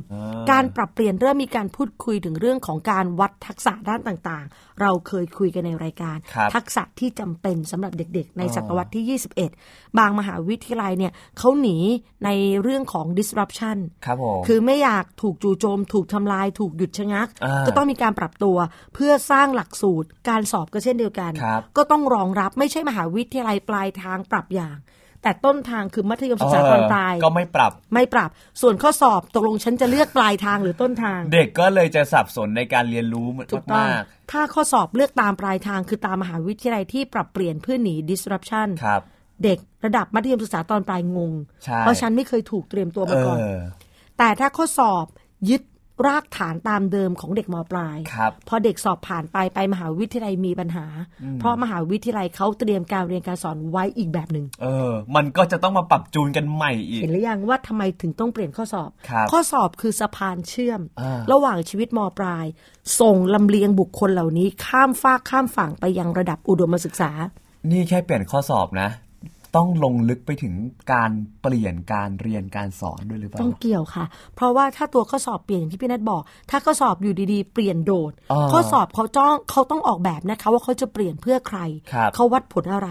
S2: การปรับเปลี่ยนเริ่มมีการพูดคุยถึงเรื่องของการวัดทักษะด้านต่างๆ เราเคยคุยกันในรายการ
S3: ครับ
S2: ทักษะที่จำเป็นสำหรับเด็กๆ ในศตวรรษที่ 21 บางมหาวิทยาลัยเนี่ยเขาหนีในเรื่องของ disruption
S3: ครับผม
S2: คือไม่อยากถูกจู่โจม ถูกทำลาย ถูกหยุดชะงัก
S3: อ่า
S2: ก็ต้องมีการปรับตัว เพื่อสร้างหลักสูตร การสอบก็เช่นเดียวกัน
S3: ครับ
S2: ก็ต้องรองรับไม่ใช่มหาวิทยาลัยปลายทางปรับอย่าง แต่ต้นทางคือมัธยมศึกษาตอนปลาย
S3: เก็ไม่ปรับ
S2: ไม่ปรับ ส่วนข้อสอบตกลงฉันจะเลือกปลายทางหรือต้นทาง
S3: เด็กก็เลยจะสับสนในการเรียนรู้
S2: ถูกต้อง
S3: มาก
S2: ถ้าข้อสอบเลือกตามปลายทางคือตามมหาวิทยาลัยที่ปรับเปลี่ยนเพื่อหนี disruption
S3: ๆครับ
S2: เด็กระดับมัธยมศึกษาตอนปลายงง
S3: ใช่
S2: เพราะฉันไม่เคยถูกเตรียมตัว
S3: เอ
S2: มาก่อน
S3: อ
S2: แต่ถ้าข้อสอบยึดรากฐานตามเดิมของเด็กมปลาย
S3: ครับ
S2: พอเด็กสอบผ่านไปไปมหาวิทยาลัยมีปัญหา เพราะมหาวิทยาลัยเขาเตรียมการเรียนการสอนไว้อีกแบบหนึ่ง
S3: เออ มันก็จะต้องมาปรับจูนกันใหม่อีก
S2: เห็นหรือยังว่าทำไมถึงต้องเปลี่ยนข้อสอบ
S3: ครับ
S2: ข้อสอบคือสะพานเชื่อม
S3: อ่า
S2: ระหว่างชีวิตมปลาย ส่งลำเลียงบุคคลเหล่านี้ข้ามฟากข้ามฝั่งไปยังระดับอุดมศึกษา
S3: นี่แค่เปลี่ยนข้อสอบนะ ต้องลงลึกไปถึงการเปลี่ยนการเรียนการสอนด้วยหรือเปล่า
S2: ต้องเกี่ยวค่ะ เพราะว่าถ้าตัวข้อสอบเปลี่ยนอย่างที่พี่นัทบอก ถ้าข้อสอบอยู่ดีๆ เปลี่ยนโดด
S3: อ่า
S2: ข้อสอบเขาจ้องเขาต้องออกแบบนะคะ ว่าเขาจะเปลี่ยนเพื่อใคร
S3: ครับ
S2: เขาวัดผลอะไร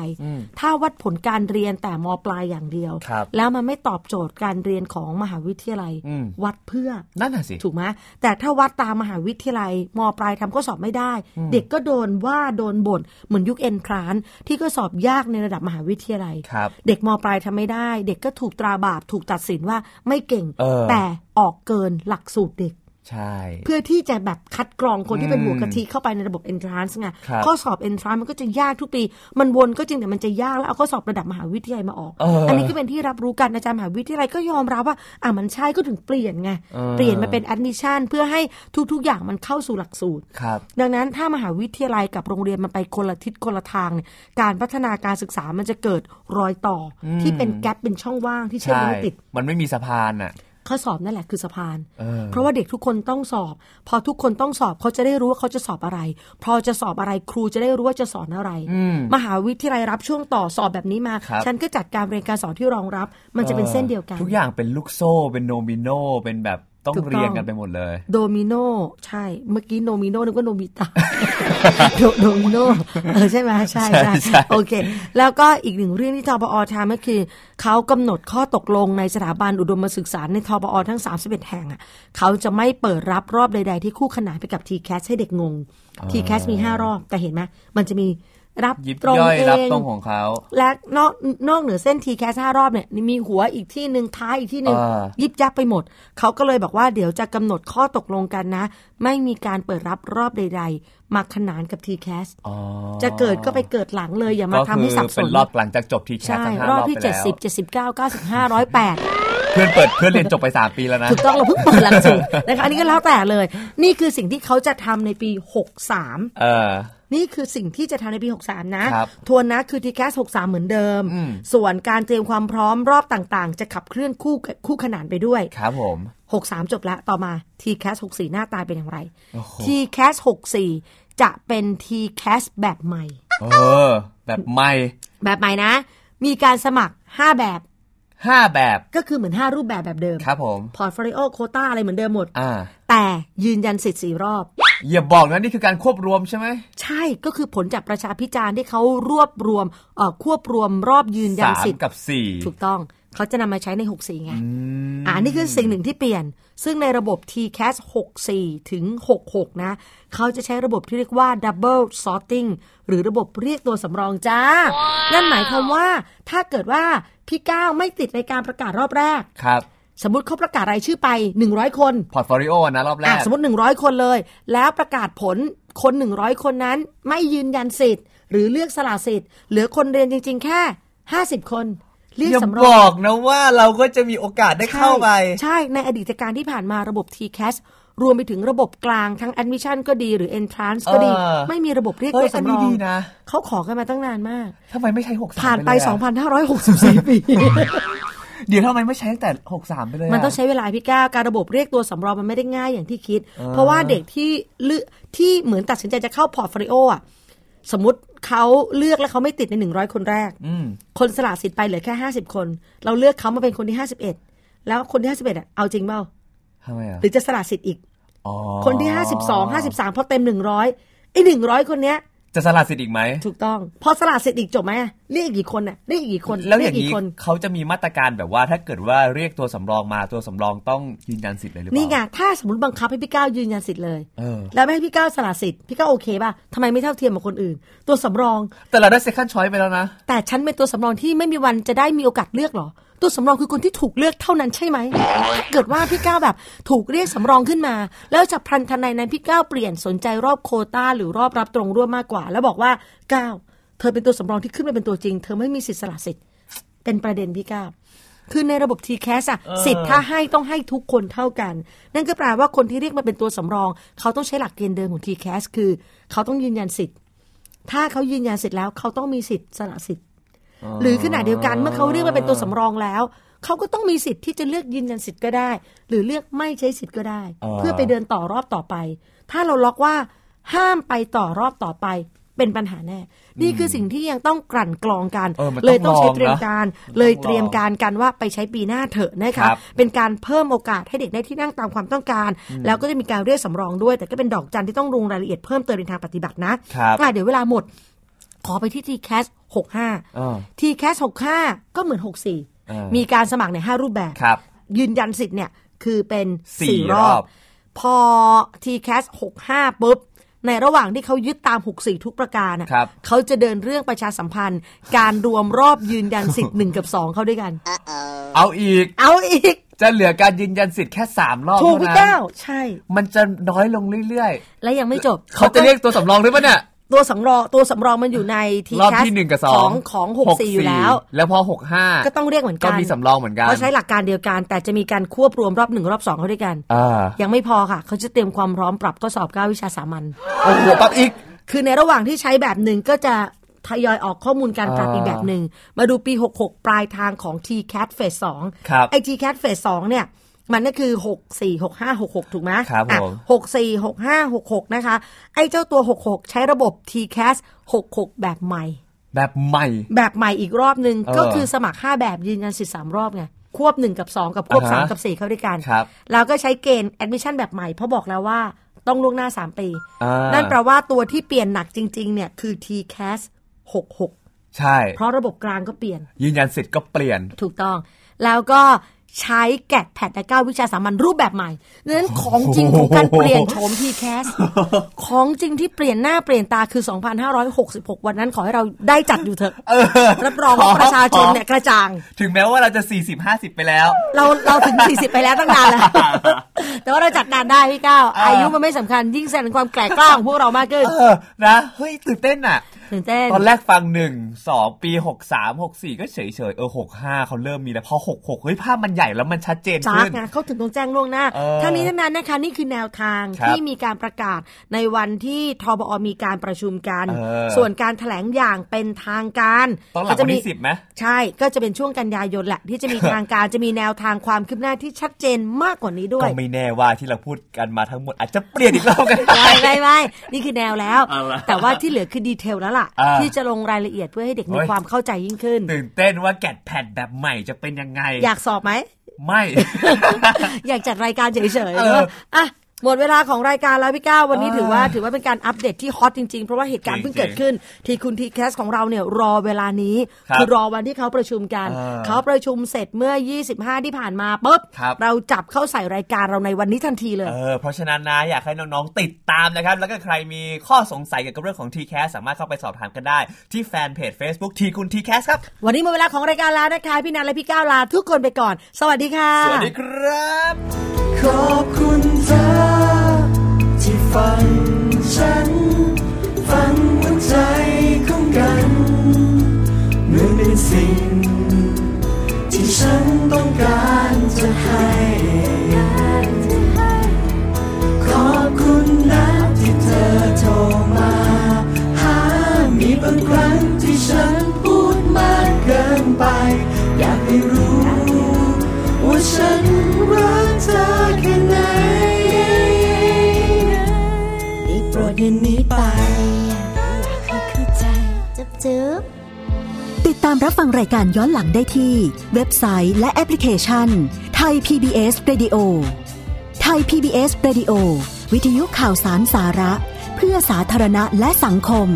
S2: ถ้าวัดผลการเรียนแต่มปลายอย่างเดียว
S3: ครับ
S2: แล้วมันไม่ตอบโจทย์การเรียนของมหาวิทยาลัย
S3: อืม
S2: วัดเพื่อ
S3: นั่นน่ะสิ
S2: ถูกไหมแต่ถ้าวัดตามมหาวิทยาลัยมปลายทำข้อสอบไม่ได้ เด็กก็โดนว่าโดนบ่นเหมือนยุคเอนทรานที่ก็สอบยากในระดับมหาวิทยาลัย
S3: ครับ
S2: เด็กมปลายทำไม่ได้ เด็กก็ถูกตราบาปถูกตัดสินว่าไม่เก่ง
S3: เออ
S2: แต่ออกเกินหลักสูตรเด็ก
S3: ใช่
S2: เพื่อที่จะแบบคัดกรองคน
S3: อื
S2: ที่
S3: ม
S2: เป็นหัวกะทิเข้าไปในระบบ entrance ไง
S3: ครับ
S2: ข้อสอบ entrance มันก็จะยากทุกปี มันวนก็จริงแต่มันจะยากแล้วเอาข้อสอบระดับมหาวิทยาลัยมาออก
S3: เอออั
S2: นนี้ก็เป็นที่รับรู้กันอาจารย์มหาวิทยาลัยก็ยอมรับว่าอ่ะมันใช่ก็ถึงเปลี่ยนไง
S3: เออ
S2: เปลี่ยนมาเป็น admission เพื่อให้ทุกๆอย่างมันเข้าสู่หลักสูตร
S3: ครับ
S2: ดังนั้นถ้ามหาวิทยาลัยกับโรงเรียนมันไปคนละทิศคนละทางเนี่ยการพัฒนาการศึกษามันจะเกิดรอยต่ออ
S3: ม
S2: ที่เป็นแกลบเป็นช่องว่างที่เชื่อม
S3: ใช่
S2: ไม่ติด
S3: มันไม่มีสะพานอ่ะ
S2: ข้อสอบนั่นแหละคือสะพาน
S3: เออ
S2: เพราะว่าเด็กทุกคนต้องสอบ พอทุกคนต้องสอบเขาจะได้รู้ว่าเขาจะสอบอะไร พอจะสอบอะไรครูจะได้รู้ว่าจะสอนอะไร
S3: อืม
S2: มหาวิทยาลัยรับช่วงต่อสอบแบบนี้มา
S3: ครับ
S2: ฉันก็จัดการเรียนการสอนที่รองรับ มันจะเป็นเส้นเดียวกัน
S3: ทุกอย่างเป็นลูกโซ่เป็นโนมิโนเป็นแบบต้อง
S2: ถูกต้อง
S3: เรียงกันไปหมดเลย
S2: โดมิโนใช่ เมื่อกี้โนมิโนนึกว่าโนมิตะ [laughs] โดโดมิโนเออใช่ไหมใช่
S3: ใช่
S2: ใช่
S3: ใช่
S2: โอเค แล้วก็อีกหนึ่งเรื่องที่ทบอทำก็คือ เขากำหนดข้อตกลงในสถาบันอุดมศึกษาในทบอทั้ง 31 แห่งอ่ะเขาจะไม่เปิดรับรอบใด ๆ ที่คู่ขนานไปกับ t c a s สให้เด็กงง t c a s สมี 5 รอบ แต่เห็นไหมมันจะมีรับ
S3: ยิบ
S2: ตรง
S3: ย่อย
S2: เอ
S3: รับ
S2: ง
S3: ตรงของเขา
S2: และนอกนอกเหนือเส้นทีแคสห้ารอบเนี่ยมีหัวอีกที่หนึ่งท้ายอีกที่หนึ่ง
S3: อ่า
S2: ยิบยับไปหมด เขาก็เลยบอกว่าเดี๋ยวจะกำหนดข้อตกลงกันนะ ไม่มีการเปิดรับรอบใด ๆ มาขนานกับทีแคส
S3: อ๋อ
S2: จะเกิดก็ไปเกิดหลังเลยอย่ามา
S3: ก็
S2: ทำ
S3: คื
S2: ให้สับส
S3: เป็น นรอบหลังจากจบทีแคส
S2: ใช่
S3: ทั้งห้าร ร
S2: อ
S3: อ
S2: บบ ที่
S3: ไป
S2: เจ็ด
S3: แล้ว
S2: สิบเจ็ดสิบเก้าเก้าสิบห้าร้อยแปด
S3: เพื่อนเปิดเพื่อนเรียนจบไป 3 ปีแล้วนะ
S2: ถูกต้องเราเพิ่งเปิ [laughs] ดหลักสูตรนะคะอันนี้ก็แล้วแต่เลย นี่คือสิ่งที่เขาจะทำในปี 63
S3: เออ
S2: นี่คือสิ่งที่จะทำในปี 63 นะ
S3: ครับ
S2: ทวนนะคือทีแคส63 เหมือนเดิม
S3: อืม
S2: ส่วนการเตรียมความพร้อมรอบต่างๆ จะขับเคลื่อนคู่กับคู่ขนานไปด้วย
S3: ครับผม
S2: 63 จบละต่อมา t c a s 64 หน้าตาเป็นอย่างไร
S3: โอ้โห
S2: t c a s 64 จะเป็น t c a s แบบใหม่
S3: เออ แบบใหม่
S2: แบบใหม่นะ มีการสมัคร 5 แบบ
S3: 5แบบ
S2: ก็คือเหมือน 5 รูปแบบแบบเดิม
S3: ครับผม
S2: พอร์ตโฟลิโอโคต้าอะไรเหมือนเดิมหมด
S3: อ่า
S2: แต่ยืนยันสิทธิ์สีรอบ
S3: อย่าบอกนะนี่คือการควบรวมใช่ไหม
S2: ใช่ก็คือผลจากประชาพิจารณ์ที่เขารวบรวมเอ่อควบรวมรอบยืนยัน
S3: สาม
S2: สิทธิ
S3: กับสี่
S2: ถูกต้องเขาจะนำมาใช้ใน 64 ไง
S3: อืม
S2: อ่านี่คือสิ่งหนึ่งที่เปลี่ยน ซึ่งในระบบ TCAS 64 ถึง 66 นะ เขาจะใช้ระบบที่เรียกว่า double sorting หรือระบบเรียกตัวสำรองจ้า นั่นหมายความว่าถ้าเกิดว่าพี่ก้าวไม่ติดในการประกาศรอบแรก
S3: ครับ
S2: สมมติเขาประกาศรายชื่อไป 100 คน
S3: พอร์ตโฟลิโอนะรอบแร
S2: อ่ะ
S3: ก
S2: สมมติ 100 คนเลย แล้วประกาศผลคน 100 คนนั้นไม่ยืนยันสิทธิ์ หรือเลือกสละสิทธิ์เหลือคนเรียนจริง ๆ แค่ 50 คนเรียก
S3: อย่า
S2: สำร
S3: บ
S2: อง
S3: อกนะว่าเราก็จะมีโอกาสได้เข้าไป
S2: ใช่ ในอดีตการที่ผ่านมาระบบ TCAS รวมไปถึงระบบกลางทั้ง Admission ก็ดีหรือ Entrance ก็ดี
S3: เออ
S2: ไม่มีระบบเรียก
S3: เฮ้
S2: ตั
S3: ยว
S2: สำรอ
S3: อันนี้ดี
S2: ง
S3: นะ
S2: เขาขอกันมาตั้งนานมาก
S3: ทำไมไม่ใช้หกสาม
S2: ผ่านไป
S3: เลยอะ [laughs]
S2: 2,564 ปี
S3: เดี๋ยวทำไมไม่ใช้ตั้งแต่หกสามไปเลยะ
S2: มันต้องใช้เวลาพี่ก้าวการระบบเรียกตัวสำรองมันไม่ได้ง่ายอย่างที่คิด
S3: อ่า
S2: เพราะว่าเด็กที่เลือกที่เหมือนตัดสินใจจะเข้าพอร์ตโฟลิโออะสมมติเขาเลือกแล้วเขาไม่ติดใน 100 คนแรก
S3: อืม
S2: คนสละสิทธิ์ไปเหลือแค่ 50 คน เราเลือกเขามาเป็นคนที่ 51 แล้วคนที่ 51อะเอาจริงเปล่า
S3: ทำไมอ่ะ
S2: หรือจะสละสิทธิ์อีก
S3: อ๋อ
S2: คนที่ 52 53 พอเต็ม 100ไอ้100 คนเนี้ย
S3: จะสลัดสิทธิ์อีกไหม
S2: ถูกต้อง พอสละสิทธิ์อีกจบไหมอะเรียกอีกกี่คนน่ะเรียกอีกกี่คน
S3: แล้วอ
S2: เรีย
S3: ย่าก ง
S2: อี
S3: นี้
S2: กคน
S3: เขาจะมีมาตรการแบบว่าถ้าเกิดว่าเรียกตัวสำรองมาตัวสำรองต้องยืนยันสิทธิ์เลยหรือเปล่า
S2: นี่ไงถ้าสมมติบังคับให้พี่ก้าวยืนยันสิทธิ์เลย
S3: เออ
S2: แล้วไม่ให้พี่ก้าวสละสิทธิ์พี่ก้าวโอเคป่ะทำไมไม่เท่าเทียมกับคนอื่น ตัวสำรอง
S3: แต่เราได้เซคันช้อยไปแล้วนะ
S2: แต่ฉันเป็นตัวสำรองที่ไม่มีวันจะได้มีโอกาสเลือกหรอ ตัวสำรองคือคนที่ถูกเลือกเท่านั้นใช่ไหมถ้าเกิดว่าพี่ก้าวแบบถูกเรียกสำรองขึ้นมา แล้วจะพลันทันใดนั้นพี่ก้าวเปลี่ยนสนใจรอบโควต้า หรือรอบรับตรงร่วมมากกว่า แล้วบอกว่าก้าวเธอเป็นตัวสำรองที่ขึ้นมาเป็นตัวจริง เธอไม่มีสิทธิ์สละสิทธิ์เป็นประเด็นพี่ก้าวคือในระบบ t c a s อะสิทธิ์ถ้าให้ต้องให้ทุกคนเท่ากัน นั่นก็แปลว่าคนที่เรียกมาเป็นตัวสำรอง เขาต้องใช้หลักเกณฑ์เดิมของ t c a s คือเขาต้องยืนยันสิทธิ์ ถ้าเขายืนยันสิทธิ์แล้วเขาต้องมีสิทธิ์สละสิทธิ์ หรือขณะเดียวกันเมื่อเขาเรียกมาเป็นตัวสำรองแล้ว เขาก็ต้องมีสิทธิ์ที่จะเลือกยืนยันสิทธิ์ก็ได้ หรือเลือกไม่ใช้สิทธิ์ก็ได้
S3: อ่า
S2: เพื่อไปเดินต่อรอบต่อไป ถ้าเราล็อกว่าห้ามไปต่อรอบต่อไปเป็นปัญหาแน่ นี่คือสิ่งที่ยังต้องกลั่นกรองกัน
S3: เออมัน
S2: เลย
S3: ต้
S2: ต้อ
S3: อง ง
S2: ใช้
S3: ลอง
S2: เตรียมการ
S3: นะ
S2: เลย
S3: มันต้องลอง
S2: เตรียมการกันว่าไปใช้ปีหน้าเถอะนะ
S3: ค
S2: คะ
S3: รับ
S2: เป็นการเพิ่มโอกาสให้เด็กได้ที่นั่งตามความต้องการ แล้วก็จะมีการเรียกสำรองด้วย แต่ก็เป็นดอกจันที่ต้องลงรายละเอียดเพิ่มเติมในทางปฏิบัตินะครับ อ่ะเดี๋ยวเวลาหมด ขอไปที่ TCAS 65
S3: อ่า
S2: TCAS 65 ก็เหมือน
S3: อ่า
S2: 64
S3: มี
S2: มีการสมัครในย5รูปแบบ
S3: ครับ
S2: ยืนยันสิทธิ์เนี่ยคือเป็น
S3: สี่
S2: 4 ร
S3: ร
S2: อ
S3: อบ บ
S2: พอ TCAS 65 ปุ๊บ ในระหว่างที่เขายึดตาม 64 ทุกประการน่ะ
S3: ครับ
S2: เขา
S3: [laughs]
S2: จะเดินเรื่องประชาสัมพันธ์ การรวมรอบยืนยันสิทธิ์ 1 กับ 2 เข้าด้วยกัน
S3: เอาอีก
S2: เอาอี
S3: [laughs]
S2: ก
S3: จะเหลือการยืนยันสิทธิ์แค่ 3 รอบ
S2: ถูก
S3: เท่า
S2: พี่
S3: นั้
S2: แก้
S3: น
S2: วใช่
S3: มันจะน้อยลงเรื่อย
S2: และยังไม่จบ
S3: ๆ เขาจะเรียกตัวสำรองหรือเปล่าเนี่ย
S2: ตัวสำรองตัวสำรองมันอยู่ในที
S3: รอบ
S2: แคส
S3: ที่หนึ่งกับส
S2: ข
S3: อ
S2: อง งของหกสี่อยู่แล้ว
S3: แล้วพอหกห้า
S2: ก็ต้องเรียกเหมือนกั
S3: ก็
S2: น
S3: มีสำรองเหมือนกัน
S2: เขาใช้หลักการเดียวกัน แต่จะมีการควบรวมรอบหนึ่งรอบสองเขาด้วยกัน
S3: อ่า
S2: ยังไม่พอค่ะ เขาจะเตรียมความพร้อมปรับข้อสอบ 9 วิชาสามัญ
S3: โอ้โหปรับอีก
S2: คือในระหว่างที่ใช้แบบหนึ่งก็จะทยอยออกข้อมูลการปรับ
S3: อ่า
S2: อีกแบบหนึ่ง มาดูปี 66 ปลายทางของ TCAT Phase
S3: ครับ
S2: 2ไอ้ TCAT Phase 2เนี่ย มันก็คือ 6 4 6 5 6 6 ถูกไหม
S3: ครับผม
S2: หกสี่หกห้าหกหกนะคะ ไอ้เจ้าตัว 66 ใช้ระบบ TCAS 66 แบบใหม่
S3: แบบใหม่
S2: แบบใหม่อีกรอบหนึ่ง
S3: เออ
S2: ก็คือสมัคร 5 แบบยืนยันสิทธิ์สามรอบไงควบ 1 กับ 2 กับควบ
S3: อ่าฮะ
S2: 3 กับ 4 เข้าด้วยกัน
S3: ครับ
S2: แล้วก็ใช้เกณฑ์แอดมิชชั่นแบบใหม่เพราะบอกแล้วว่าต้องล่วงหน้า 3 ปี
S3: อ่านั่
S2: นั่นแปลว่าตัวที่เปลี่ยนหนักจริง ๆ เนี่ยคือ TCAS 66
S3: ใช่
S2: เพราะระบบกลางก็เปลี่ยน
S3: ยืนยันสิทธิ์ก็เปลี่ยน
S2: ถูกต้อง แล้วก็ใช้แกดแพดและเก้าวิชาสามัญรูปแบบใหม่นั้นของจริงของการเปลี่ยนโฉม
S3: [laughs]
S2: TCAS ของจริงที่เปลี่ยนหน้าเปลี่ยนตาคือ 2566 วันนั้นขอให้เราได้จัดอยู่เถอะ
S3: เออ
S2: รับรองว่าประชาชนเนี่ยกระจ่าง
S3: ถึงแม้ว่าเราจะ 40-50 ไปแล้ว
S2: เราเราถึง 40 ไปแล้วตั้งนาน
S3: [laughs]
S2: แล้ว แต่ว่าเราจัดนานได้พี่ก้าว
S3: อ่า
S2: อายุมันไม่สำคัญยิ่งแสดงความแกร่กล้าของพวกเรามากขึ้น
S3: เออนะเฮ้ยตื่นเต้นอ่ะ
S2: ตื่นเต้น
S3: ตอนแรกฟังหนึ่งสองปีหกสามหกสี่ก็เฉยเฉยๆเออหกห้าเขาเริ่มมีแล้วพอหกหกเฮ้ยภาพมันใหญ่แล้วมันชัดเจน
S2: จาก
S3: ขึ้น
S2: ไงเขาถึงต้องแจ้งล่วงหน้า
S3: เออ
S2: ทั้งนี้ทั้งนั้นนะคะนี่คือแนวทาง
S3: ครับ
S2: ที่มีการประกาศในวันที่ทบอมีการประชุมกัน
S3: เออ
S2: ส่วนการแถลงอย่างเป็นทางการ
S3: ต้องหลัง
S2: ก็จะ
S3: วัน
S2: มี
S3: ที่สิบไหม
S2: ใช่ ก็จะเป็นช่วงกันยายนแหละ ที่จะมีทางการ [laughs] จะมีแนวทางความคืบหน้าที่ชัดเจนมากกว่านี้ด้ว
S3: ก็
S2: ย
S3: ไม่แน่ว่าที่เราพูดกันมาทั้งหมดอาจจะเปลี่ยนอีกรอบ
S2: [laughs]
S3: กันได้
S2: ไม่ไม่ไม่นี่คือแนวแล้ว
S3: เอาล่ะ
S2: แต่ว่าที่เหลือคือดีเทลแล้วล่ะ
S3: อ่า
S2: ที่จะลงรายละเอียดเพื่อให้เด็กมี
S3: โอ้ย
S2: ความเข้าใจยิ่งขึ้น
S3: ตื่นเต้นว่าแกดแพดแบบใหม่จะเป็นยังไง
S2: อยากส
S3: [laughs]
S2: อบไหม
S3: ไม่
S2: อยากจัดรายการเฉยๆ
S3: เออ
S2: เนอะอ่ะหมดเวลาของรายการแล้วพี่ก้าววันนี้
S3: เออ
S2: ถือว่าถือว่าเป็นการอัปเดตที่ฮอตจริงๆ เพราะว่าเหตุการณ์
S3: จริ
S2: เพิ่
S3: ง
S2: ง
S3: ๆ
S2: เกิดขึ้น ทีคุณทีแคสของเราเนี่ยรอเวลานี้
S3: ครับ
S2: อรอวันที่เขาประชุมกัน
S3: เออ
S2: เขาประชุมเสร็จเมื่อ 25 ที่ผ่านมาปุ๊บ
S3: ครับ
S2: เราจับเข้าใส่รายการเราในวันนี้ทันทีเลย
S3: เออเพราะฉะนั้นนะอยากให้น้องๆติดตามนะครับ แล้วก็ใครมีข้อสงสัยเกี่ยวกับเรื่องของ t c a s สามารถเข้าไปสอบถามกันได้ ที่แฟนเพจ Facebook ทีคุณ t c a s ครับ
S2: วันนี้หมดเวลาของรายการแล้วนะคะพี่นันและพี่ก้าวลาทุกคนไปก่อน สวัสดีค่ะ
S3: สวัสดีครับ
S1: ขอบคุณเธอที่ฟังฉัน ฟังหัวใจของกันเหมือนเป็นสิ่ง ที่ฉันต้องการจะให้ ขอบคุณนะที่เธอโทรมา หา มีบางครั้งที่ฉันพูดมากเกินไป อยากให้รู้ ว่าฉันรักเธอแค่ไหนได้โปรดอย่าหนีไป
S5: เข้าใจจุ๊บจุ๊บ
S6: ติดตามรับฟังรายการย้อนหลังได้ที่ เว็บไซต์และแอปพลิเคชันไทย PBS Radio ไทย PBS Radio วิทยุข่าวสารสาระ เพื่อสาธารณะและสังคม